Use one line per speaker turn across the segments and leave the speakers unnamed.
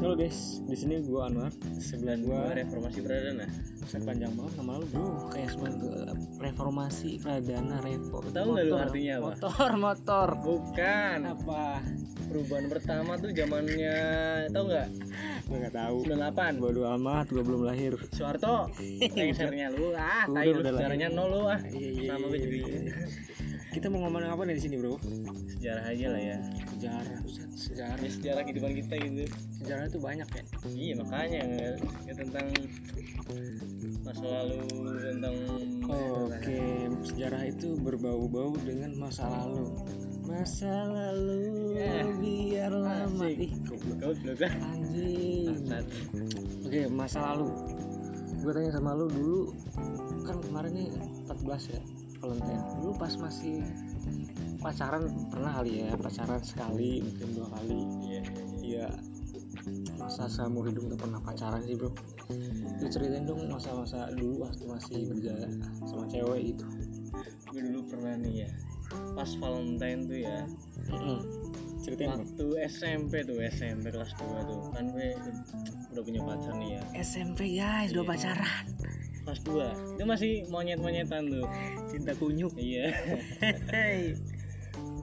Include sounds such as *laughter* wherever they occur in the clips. Halo guys, di sini gua Anwar.
Sebelah
Gua-
gua reformasi ya? pradana.
Saya panjang banget nama lu bro, kayak sebuah reformasi pradana repo.
Tahu nggak lu artinya apa?
Motor, motor.
Bukan.
Apa?
Perubahan pertama tuh zamannya tahu nggak?
Gua nggak tahu.
98.
Bodo amat, gua belum lahir. *laughs*
Soeharto. Lengsernya lu ah,
Udah,
tai lu
udah lah.
sejarahnya nol lu ah.
Iya, iya,
Sama gue
iya,
juga
iya,
gitu.
iya. Kita mau ngomongin apa nih di sini bro?
Sejarah aja lah ya.
Sejarah, Buset, sejarah.
Ya sejarah kehidupan kita gitu.
Sejarah itu banyak ya.
Iya makanya nggak- ya tentang masa lalu tentang
Oke, sejarah itu berbau-bau dengan masa lalu. Eh. Masa lalu
Ya.
biar lama.
Asik.
Ih, goblok.
Kau iya, belum kan?
Anjing. Oke masa lalu Gue tanya sama lu dulu Kan kemarin nih 14 ya Valentine Dulu pas masih pacaran pernah kali ya Pacaran sekali mungkin dua kali
Iya. iya, iya.
Iya Masa seumur hidup gak pernah pacaran sih bro Lu ceritain dong masa-masa dulu waktu masih berjaya sama cewek gitu
Gue dulu pernah nih ya. Pas Valentine tuh ya.
Mm-mm. Ceritain bro
waktu SMP tuh SMP kelas 2 tuh kan gue udah punya pacar nih ya
SMP guys udah
Iya.
pacaran
kelas 2 itu masih monyet-monyetan tuh
Cinta kunyuk
iya *laughs*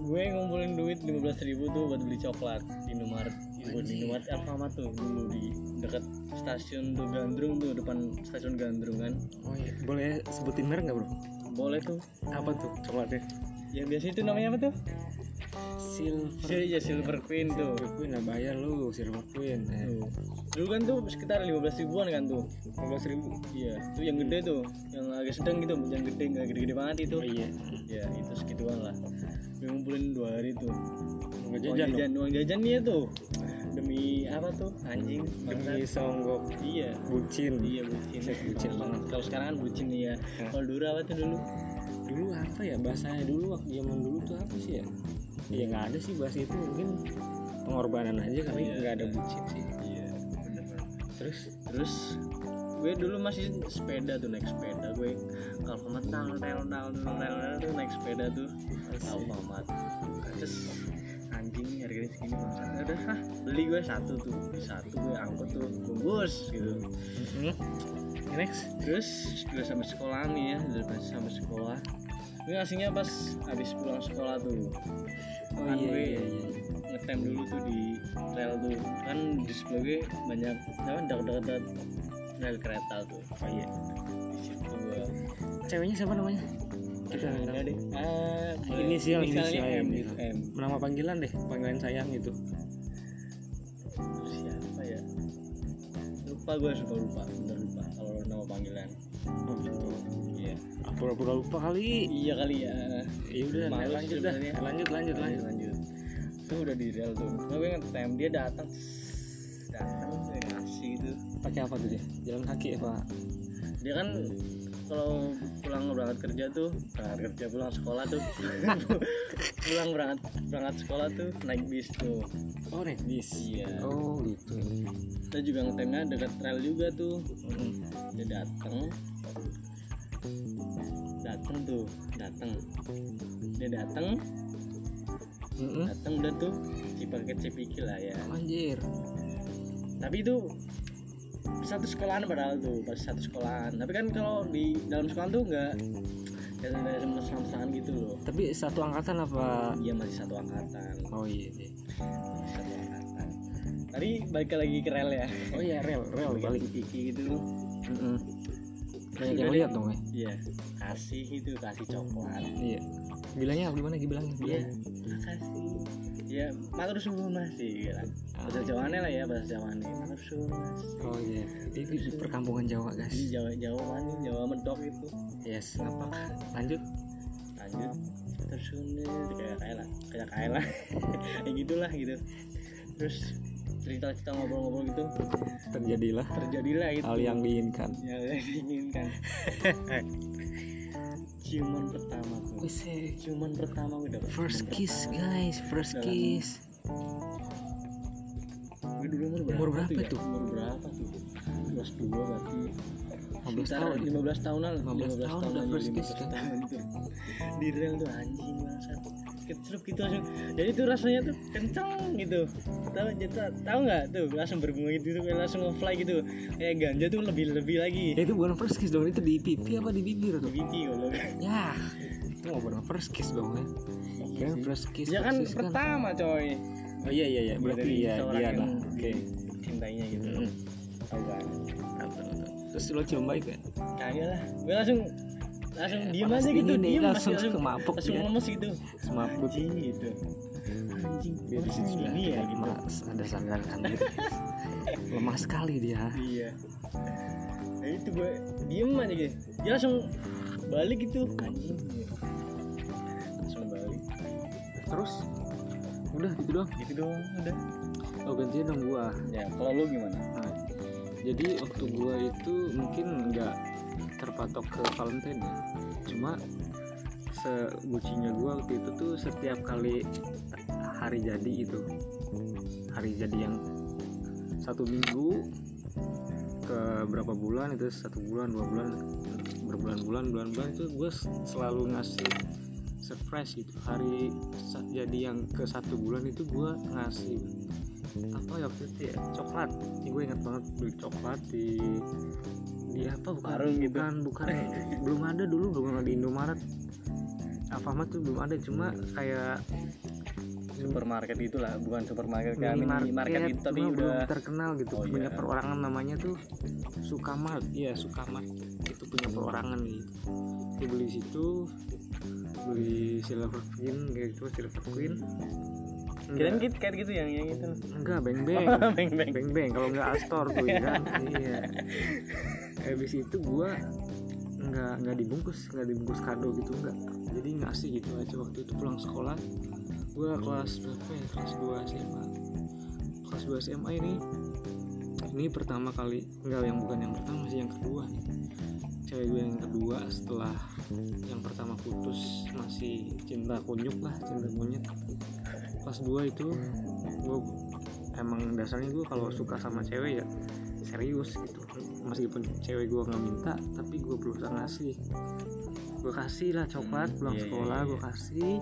gue ngumpulin duit 15.000 tuh buat beli coklat di Indomaret buat di Indomaret Alfamart tuh dulu di deket stasiun tuh Gandrung tuh depan stasiun Gandrung kan
oh, iya. Boleh sebutin merek gak bro?
boleh tuh
Apa tuh coklatnya?
yang biasa itu namanya apa tuh
Silver
Sil- ya Silver Queen tuh
Silver Queen lah bayar lu Silver Queen eh.
Tuh. dulu kan tuh sekitar 15 ribuan kan tuh
15 ribu
Iya, itu yang gede tuh, yang agak sedang gitu, yang gede nggak gede-gede banget itu.
oh iya
Ya itu segituan lah. Gue ngumpulin dua hari tuh.
nggak
Uang
Oh, jajan dong
jajan, uang jajan dia tuh. Demi apa tuh? Anjing.
demi
bangsat.
songgok
Iya.
bucin
Iya bucin.
Bucin banget.
Kalau sekarang kan bucin
Ya.
ya. Kalau dulu apa tuh dulu?
dulu apa ya bahasanya dulu waktu zaman dulu tuh apa sih ya ya nggak ada sih bahasa itu mungkin pengorbanan aja kali
Iya.
nggak ada bucin sih
Iya.
terus
Terus gue dulu masih sepeda tuh naik sepeda gue kalau metang tel tel tel tel tel tuh naik sepeda tuh tahu mamat terus anjing harganya segini bangsat udah hah beli gue satu tuh satu gue angkut tuh bungkus gitu
Mhm. next
terus udah sampai sekolah nih ya udah pas- sampai sekolah gue aslinya pas habis pulang sekolah tuh
oh
Kan
iya
gue
iya iya
ngetem dulu tuh di rel tuh kan di sebelah gue banyak kan dekat-dekat rel kereta tuh
oh iya
di situ gue
ceweknya siapa namanya kita nggak tahu.
Enggak deh. Ah, boleh.
Inisial,
Inisialnya
inisial,
M, gitu.
inisial.
M.
nama panggilan deh panggilan sayang gitu
Terus siapa ya lupa gue suka lupa bentar lupa kalau nama panggilan
oh gitu
iya
Ah, pura-pura lupa kali
iya kali ya
ya udah
Males
lanjut dah
sebenarnya.
lanjut lanjut lanjut
lanjut itu udah di rel tuh nah, gue ngetem dia datang datang gue ngasih gitu
pakai apa tuh dia jalan kaki apa
dia kan kalau pulang berangkat kerja tuh berangkat kerja pulang sekolah tuh *laughs* pulang berangkat berangkat sekolah tuh naik bis tuh
oh naik bis
iya
oh gitu
kita juga ngetemnya dekat rel juga tuh dia datang datang tuh datang dia datang
Mm-mm.
datang udah tuh cipil ke cipiki lah ya
anjir
tapi itu satu sekolahan padahal tuh pas satu sekolahan tapi kan kalau di dalam sekolah tuh enggak ya ada mesra-mesraan gitu loh
tapi satu angkatan apa
dia masih satu angkatan
oh iya iya.
masih satu angkatan tadi balik lagi ke rel ya
oh iya rel rel balik
cipiki gitu tuh
Mm-mm. banyak yang
Udah
lihat dong ya
iya kasih itu kasih coklat
iya bilangnya apa gimana bilangnya
Iya,
bilangnya
makasih. Ya, matur suwun Mas sih.
Ah.
Bahasa Jawane lah ya, bahasa Jawane. Matur suwun Mas.
oh iya itu di perkampungan Jawa
Ini
guys
Jawa Jawa mana? Jawa medok itu.
yes kenapa lanjut
Lanjut. Matur suwun Mas. kayak kayak lah, kayak kayak *laughs* lah. ya gitulah gitu. Terus cerita-cerita ngobrol-ngobrol gitu
terjadilah
terjadilah itu
hal yang diinginkan
yang *laughs* diinginkan. ciuman pertama tuh.
Wih, sih.
Ciuman pertama gue dapet
first
ciuman
kiss guys first
Dalam.
kiss
pertama. Gue dulu
Umur
umur berapa,
berapa
tuh? ya? Umur berapa tuh? Kelas 2 berarti.
15
Sekitar
tahun
15 tahunan gitu.
15 tahun udah first kiss, kan?
tahun itu di rel tuh anjing banget kecelup gitu langsung jadi tuh rasanya tuh kenceng gitu tahu jatuh tahu nggak tuh langsung berbunga gitu kayak langsung ngefly gitu kayak ganja tuh lebih lebih lagi
Ya, itu bukan first kiss dong, itu di pipi apa di bibir tuh?
Bibiti kalau
Ya, itu nggak bukan first kiss dong ya. Kira first kiss,
ya kan
first kiss
pertama coy
Oh iya iya iya, berarti
Dari
iya
seorang
iya
yang
lah. Oke.
cintainya gitu
Mm-mm.
tahu kan
Terus lo cium baik ya?
kagak lah gue langsung langsung
Eh,
diem
panas
aja
dingin
gitu
nih,
diem masih
langsung
langsung
ke mabuk
langsung
ya.
lemes gitu
Semaput
anjing gitu anjing
dia di situ
gini ya gitu
Iya, ada sandaran gitu. *laughs* Lemah sekali dia.
iya nah itu gue diem aja gitu dia langsung balik gitu anjing gitu. langsung balik
Terus udah gitu doang.
gitu doang udah
Oh gantian dong gua.
ya kalau lu gimana
Nah, jadi waktu gua itu mungkin nggak terpatok ke Valentine ya. Cuma segucinya gua waktu itu tuh setiap kali hari jadi itu hari jadi yang satu minggu ke berapa bulan itu satu bulan dua bulan berbulan-bulan bulan-bulan itu gue selalu ngasih surprise gitu hari sa- jadi yang ke satu bulan itu gue ngasih apa ya waktu itu ya coklat gue ingat banget beli coklat di di apa bukan
Warung gitu.
bukan bukan belum ada dulu belum ada di Indomaret Alfamart tuh belum ada cuma kayak
Hmm. supermarket itulah bukan supermarket kayak
minimarket
minimarket itu tapi
cuma
udah
belum terkenal gitu
Oh,
punya
iya.
perorangan namanya tuh Sukamart iya Sukamart itu punya perorangan gitu Gue beli situ beli silver queen kayak gitu silver queen
kirain Oh, kit kayak gitu yang yang itu
enggak beng beng
*laughs* beng beng
beng beng kalau nggak astor tuh ya kan iya habis itu gua nggak nggak dibungkus nggak dibungkus kado gitu nggak jadi ngasih gitu aja waktu itu pulang sekolah gua kelas berapa ya kelas 2 SMA kelas 2 SMA ini ini pertama kali enggak yang bukan yang pertama sih yang kedua nih cewek gue yang kedua setelah yang pertama putus masih cinta kunyuk lah cinta kunyuk kelas 2 itu gue emang dasarnya gue kalau suka sama cewek ya serius gitu meskipun cewek gue nggak minta tapi gue berusaha ngasih gue kasih lah coklat
Hmm,
pulang
iya, iya,
sekolah
iya.
gue kasih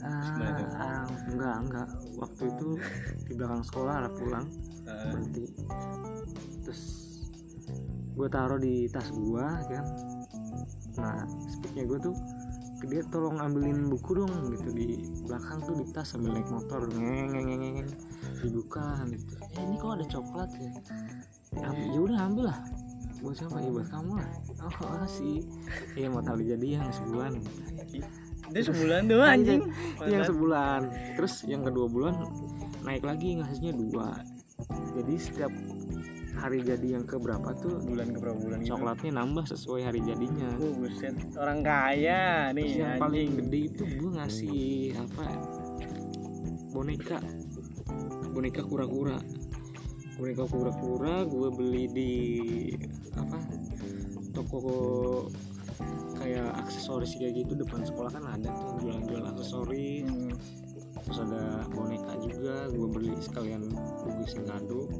Ah,
Gimana tuh?
ah, enggak enggak waktu itu di belakang sekolah arah pulang
Kan. Eh,
berhenti terus gue taruh di tas gue kan nah speaknya gue tuh dia tolong ambilin buku dong gitu di belakang tuh di tas sambil naik motor ngeng ngeng ngeng, ngeng ngeng. dibuka gitu eh ini kok ada coklat ya ya ya udah ambil lah buat siapa ya buat kamu lah oh makasih iya mau tali jadi yang sebulan
itu sebulan tuh anjing
Iya, yang sebulan terus yang kedua bulan naik lagi ngasihnya dua jadi setiap hari jadi yang keberapa tuh
bulan ke berapa bulan gitu.
coklatnya nambah sesuai hari jadinya
Oh, buset orang kaya
Terus yang
nih Iya, anjing.
Iya, paling gede itu gue ngasih apa ya? boneka boneka kura-kura boneka kura-kura gue beli di apa toko kayak aksesoris kayak gitu depan sekolah kan ada tuh jualan-jualan aksesoris
Hmm.
terus ada boneka juga gue beli sekalian bungkusin kado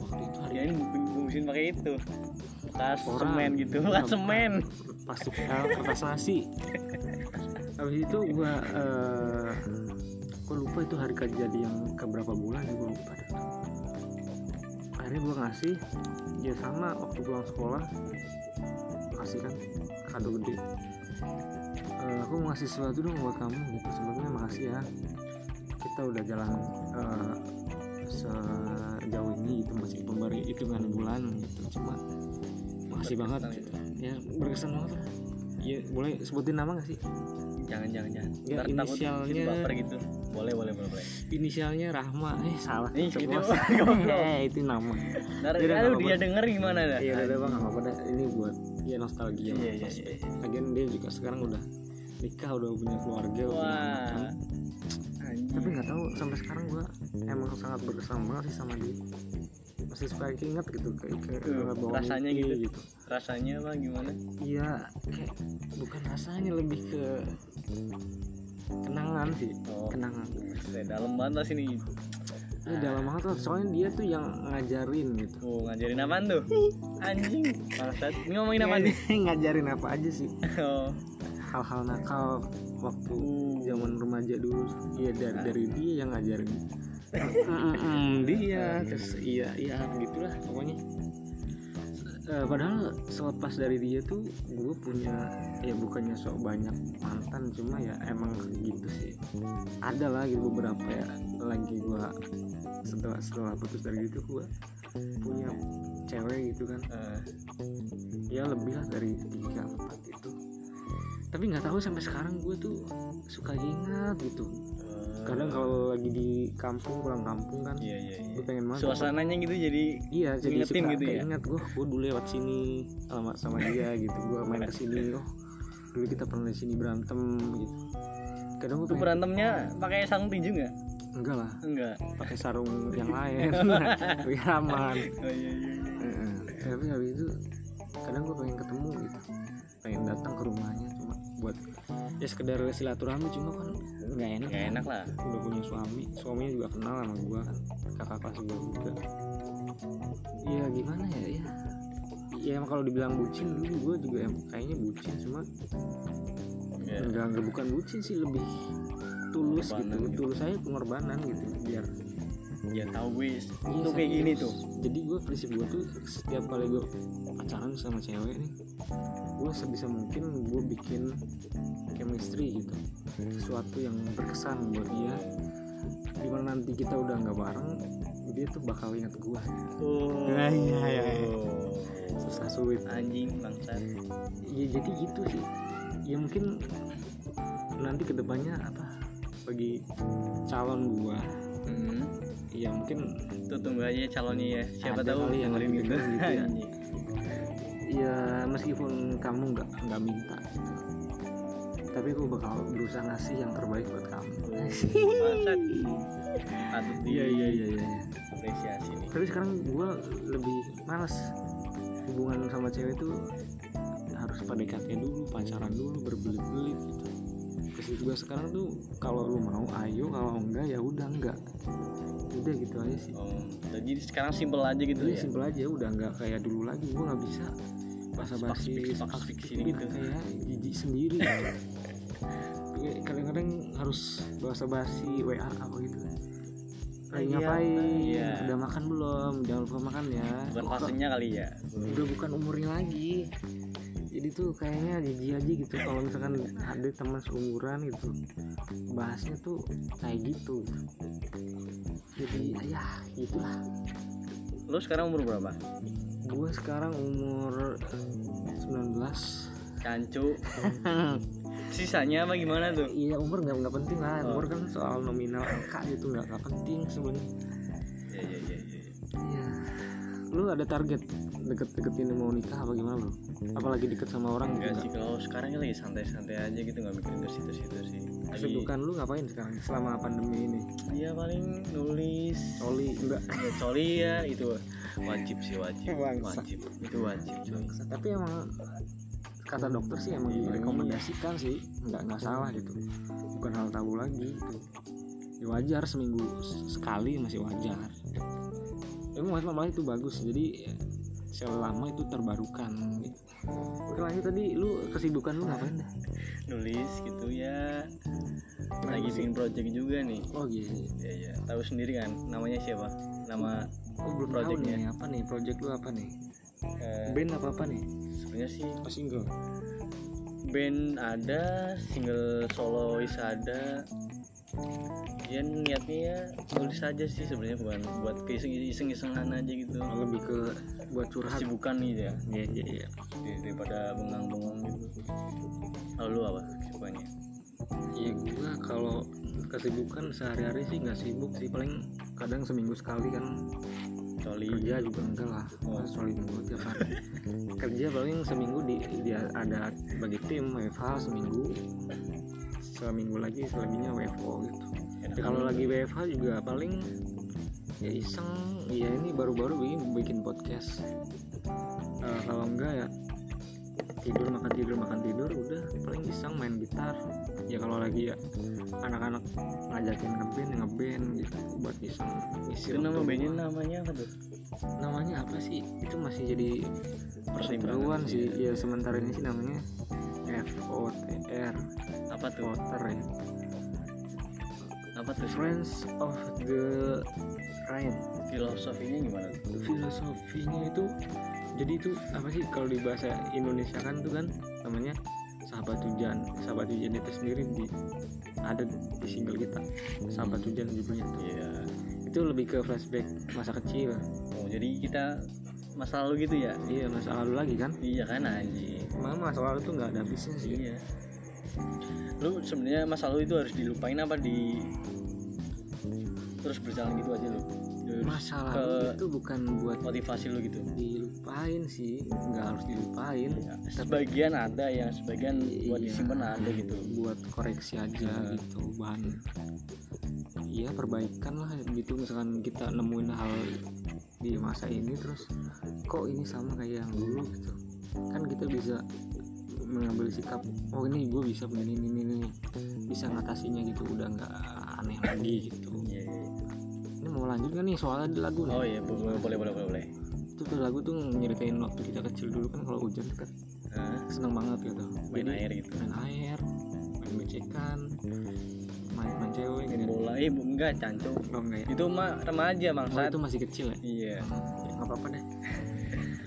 waktu itu hari
Kirain bungkusin pakai itu. Bekas
Orang.
semen gitu, *laughs* bekas semen.
plastik Iya, eh, kertas nasi habis itu gue eh gue lupa itu hari jadi yang keberapa bulan gue lupa deh. akhirnya gue ngasih ya sama waktu pulang sekolah ngasih kan kado gede Eh, aku mau ngasih sesuatu dong buat kamu gitu sebelumnya makasih ya kita udah jalan eh, sejauh ini itu masih pemberi hitungan bulan gitu cuma makasih banget
Berkesan
gitu. ya berkesan banget lah ya boleh sebutin nama gak sih
Jangan jangan jangan.
Ya,
Ntar takut
inisialnya-
jadi baper gitu. Boleh boleh boleh boleh.
inisialnya Rahma eh salah
Ih,
Coba.
itu *laughs* goblok.
Eh, itu nama
Ntar
Jadi
aduh,
nggak
dia
apa-apa.
denger gimana dah.
iya udah udah bang nggak apa-apa dah. ini buat ya nostalgia
Iya,
lah,
iya,
flashback.
iya.
lagian dia juga sekarang udah nikah udah punya keluarga udah punya anak
Wah.
kan. tapi
Anjing.
nggak tahu sampai sekarang gua emang sangat berkesan banget sih sama dia masih suka inget gitu kayak kayak
Tuh,
nggak bawa
rasanya
mimpi
gitu. Rasanya apa gimana?
iya kayak bukan rasanya lebih ke kenangan sih
Oh.
kenangan
Buset, dalam banget sih nih.
ini dalam banget loh, soalnya dia tuh yang ngajarin gitu
Oh, ngajarin apaan tuh? Anjing.
Iya, *laughs*
Bangsat. Ini ngomongin apaan nih?
ngajarin apa aja sih
Oh.
hal-hal nakal waktu
Hmm.
zaman remaja dulu iya dari, dari dia yang ngajarin *laughs* Mm, dia terus iya iya gitulah pokoknya Eh, padahal selepas dari dia tuh gue punya ya bukannya sok banyak mantan cuma ya emang gitu sih ada lah gitu beberapa ya lagi gue setelah setelah putus dari itu gue punya cewek gitu kan
Eh,
ya lebih lah dari tiga empat itu tapi nggak tahu sampai sekarang gue tuh suka ingat gitu
eh,
kadang kalau lagi di kampung pulang kampung kan
iya iya iya
gue pengen banget
suasananya gitu jadi
iya jadi
ngingetin
suka
gitu ya?
ingat gue gue dulu lewat sini alamat sama dia gitu gue main ke sini oh dulu kita pernah di sini berantem gitu kadang gue
itu
pengen
berantemnya pakai sarung tinju nggak
enggak lah
enggak
pakai sarung yang lain
*laughs*
biar aman
oh, iya, iya, iya.
Heeh. tapi habis itu kadang gue pengen ketemu gitu pengen datang ke rumahnya cuma buat ya sekedar silaturahmi cuma kan nggak enak
nggak enak lah
udah punya suami suaminya juga kenal sama gue kan kakak kelas gue juga ya gimana ya ya ya emang kalau dibilang bucin dulu gue juga em- kayaknya bucin cuma
Iya.
enggak enggak bukan bucin sih lebih tulus gitu,
Pengorbanan gitu.
tulus aja pengorbanan gitu biar
ya tahu gue
Iya,
itu kayak
serius.
gini tuh
jadi gue prinsip gue tuh setiap kali gue pacaran sama cewek nih gue sebisa mungkin gue bikin chemistry gitu
Hmm.
sesuatu yang berkesan buat dia dimana nanti kita udah nggak bareng dia tuh bakal ingat gue
oh
Iya, iya, iya. susah sulit
anjing bangsa
ya jadi gitu sih ya mungkin nanti kedepannya apa bagi calon gua
hmm.
ya mungkin
tuh tunggu aja calonnya ya siapa
Ada
tahu
kali yang
dengerin
lebih
gitu,
gede gitu ya.
Anjing.
ya meskipun kamu nggak nggak minta gitu, tapi gue bakal berusaha ngasih yang terbaik buat kamu
bangsat patut
iya iya iya iya
apresiasi nih
tapi sekarang gue lebih males hubungan sama cewek tuh harus PDKT dulu pacaran dulu berbelit-belit gitu terus juga sekarang tuh kalau lu mau ayo kalau enggak ya udah enggak udah gitu aja sih
oh, jadi sekarang simpel aja gitu
Iya
ya
simpel aja udah nggak kayak dulu lagi gue nggak bisa bahasa basi
Spakspik, spakspik sini gitu.
kayak jijik sendiri Kayak kadang-kadang harus bahasa basi wa apa gitu lagi
Iya,
ngapain
iya.
udah makan belum jangan lupa makan ya
bukan
Kok-
fasenya kali ya
udah bukan umurnya lagi jadi tuh kayaknya jijik aja gitu kalau misalkan ada teman seumuran gitu bahasnya tuh kayak gitu jadi ya gitulah
lo sekarang umur berapa
gue sekarang umur eh, 19 *laughs*
cancu sisanya apa gimana tuh
iya umur nggak nggak penting lah
Oh.
umur kan soal nominal angka gitu nggak nggak penting sebenarnya
ya ya ya, ya.
iya lu ada target deket-deketin mau nikah apa gimana bro apalagi deket sama orang gitu
enggak
nggak
sih kalau sekarang lagi santai-santai aja gitu nggak mikirin ke situ-situ sih lagi
kesibukan kan lu ngapain sekarang selama pandemi ini
ya paling nulis
oli enggak
ya, coli ya itu wajib sih wajib
Bangsa.
wajib itu wajib coy
tapi emang kata dokter sih emang
Iya.
direkomendasikan sih nggak nggak salah gitu bukan hal tabu lagi gitu ya wajar seminggu s- sekali masih wajar emang mas malah itu bagus jadi sel lama itu terbarukan gitu. Oke lanjut tadi lu kesibukan lu ngapain dah?
nulis gitu ya lagi bikin project juga nih
Oh gitu.
ya ya tahu sendiri kan namanya siapa nama
Oh belum tahu
Projectnya.
nih apa nih project lu apa nih?
eh,
Band apa apa nih?
sebenarnya sih
Oh single.
band ada single solois ada ya niatnya ya nulis aja sih sebenarnya bukan buat keiseng iseng isengan aja gitu
Lebih ke buat curhat.
kesibukan gitu ya
Iya iya iya.
Dari- daripada bengang-bengang gitu lalu apa kesibukannya
Ya gue kalau kesibukan sehari-hari sih nggak sibuk sih paling kadang seminggu sekali kan
coli
kerja juga enggak lah
Oh.
solid banget tiap hari kerja paling seminggu di, dia ada bagi tim WFH seminggu seminggu lagi selebihnya WFO gitu
Enak.
kalau lagi WFH juga paling ya iseng ya ini baru-baru bikin bikin podcast Eh, kalau enggak ya tidur makan tidur makan tidur udah paling iseng main gitar ya kalau lagi ya anak-anak ngajakin ngeband ya ngeband gitu buat iseng isi
itu nama
waktu
bandnya
luang
namanya apa tuh
namanya apa sih itu masih jadi
Pertimbangan
perseteruan Iya,
sih,
sih ya sementara ini sih namanya ya FOTR
apa tuh
Potter ya
apa tuh
Friends of the Rhine
filosofinya gimana tuh?
filosofinya itu jadi itu apa sih kalau di bahasa Indonesia kan tuh kan namanya sahabat hujan sahabat hujan itu sendiri di ada di single kita sahabat hujan judulnya tuh
Iya.
itu lebih ke flashback masa kecil
Oh, jadi kita masa lalu gitu ya?
iya masa lalu lagi kan
Iya kan anjing.
mama masa lalu tuh nggak ada habisnya sih
Iya. Lu sebenarnya masa lalu itu harus dilupain apa di terus berjalan gitu aja lu? Terus
masa
ke
lalu itu bukan buat
motivasi lu gitu.
dilupain sih nggak harus dilupain
Ya, sebagian ada yang sebagian buat
Iya.
disimpan ada gitu.
buat koreksi aja
Iya.
gitu bahan iya perbaikan lah gitu misalkan kita nemuin hal di masa ini terus kok ini sama kayak yang dulu gitu kan kita bisa mengambil sikap oh ini gue bisa begini ini ini ini. bisa ngatasinya gitu udah nggak aneh lagi gitu
Iya, iya.
ini mau lanjut gak nih soalnya di lagu nih
Oh iya, boleh boleh boleh boleh. boleh.
itu tuh lagu tuh nyeritain waktu kita kecil dulu kan kalau hujan tuh kan
Hah?
seneng banget gitu
main air gitu.
main air main becekan main main cewek
Main
gitu
bola. Eh, bu- enggak, canco.
oh enggak ya
Itu mah remaja, Bang.
Oh,
Sat.
itu masih kecil ya
Iya.
ya nggak apa-apa
*laughs*
deh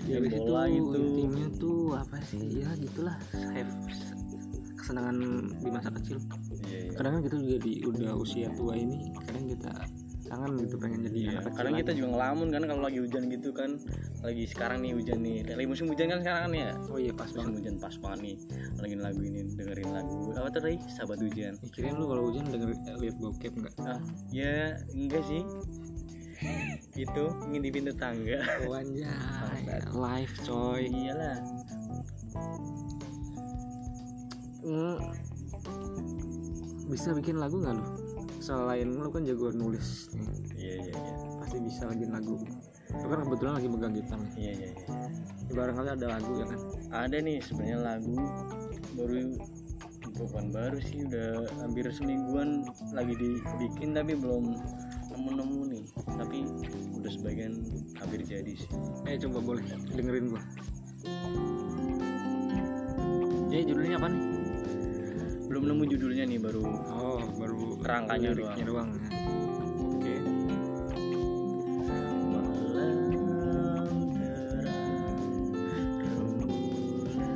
Main
Habis
bola gitu.
intinya tuh apa sih ya gitulah have kesenangan di masa kecil
Iya, iya.
kadang kan kita juga di udah usia tua ini kadang kita kangen gitu pengen jadi
Iya,
anak kecil
kadang
lagi.
kita juga ngelamun kan kalau lagi hujan gitu kan. Lagi sekarang nih hujan nih. Lagi musim hujan kan sekarang kan ya.
oh iya pas
Musim
banget
hujan pas banget nih. Dengerin lagu ini, dengerin lagu apa tuh Ray? Sahabat hujan.
mikirin lu kalau hujan denger lihat bokep
*laughs*
nggak
Ah, ya enggak
*laughs*
sih. itu ngintipin tetangga.
oh anjay
Bangsat.
live coy
Iyalah.
Mm. bisa bikin lagu nggak lu selain lu kan jago nulis nih
Iya, iya, iya.
pasti bisa bikin lagu lu kan kebetulan lagi megang gitar nih
Iya, iya, iya.
barangkali ada lagu ya kan
ada nih sebenarnya lagu baru bukan baru sih udah hampir semingguan lagi dibikin tapi belum nemu-nemu nih tapi udah sebagian hampir jadi sih
eh coba boleh dengerin gua eh judulnya apa nih
belum nemu judulnya nih baru
oh baru
Kerangkanya
liriknya doang, ya. oke
malam terang rembulan.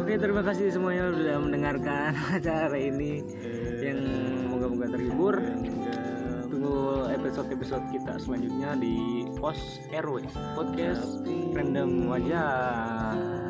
Oke terima kasih semuanya sudah mendengarkan *laughs* acara ini yang moga-moga terhibur. Tunggu episode-episode kita selanjutnya di Pos RW Podcast Random Wajah.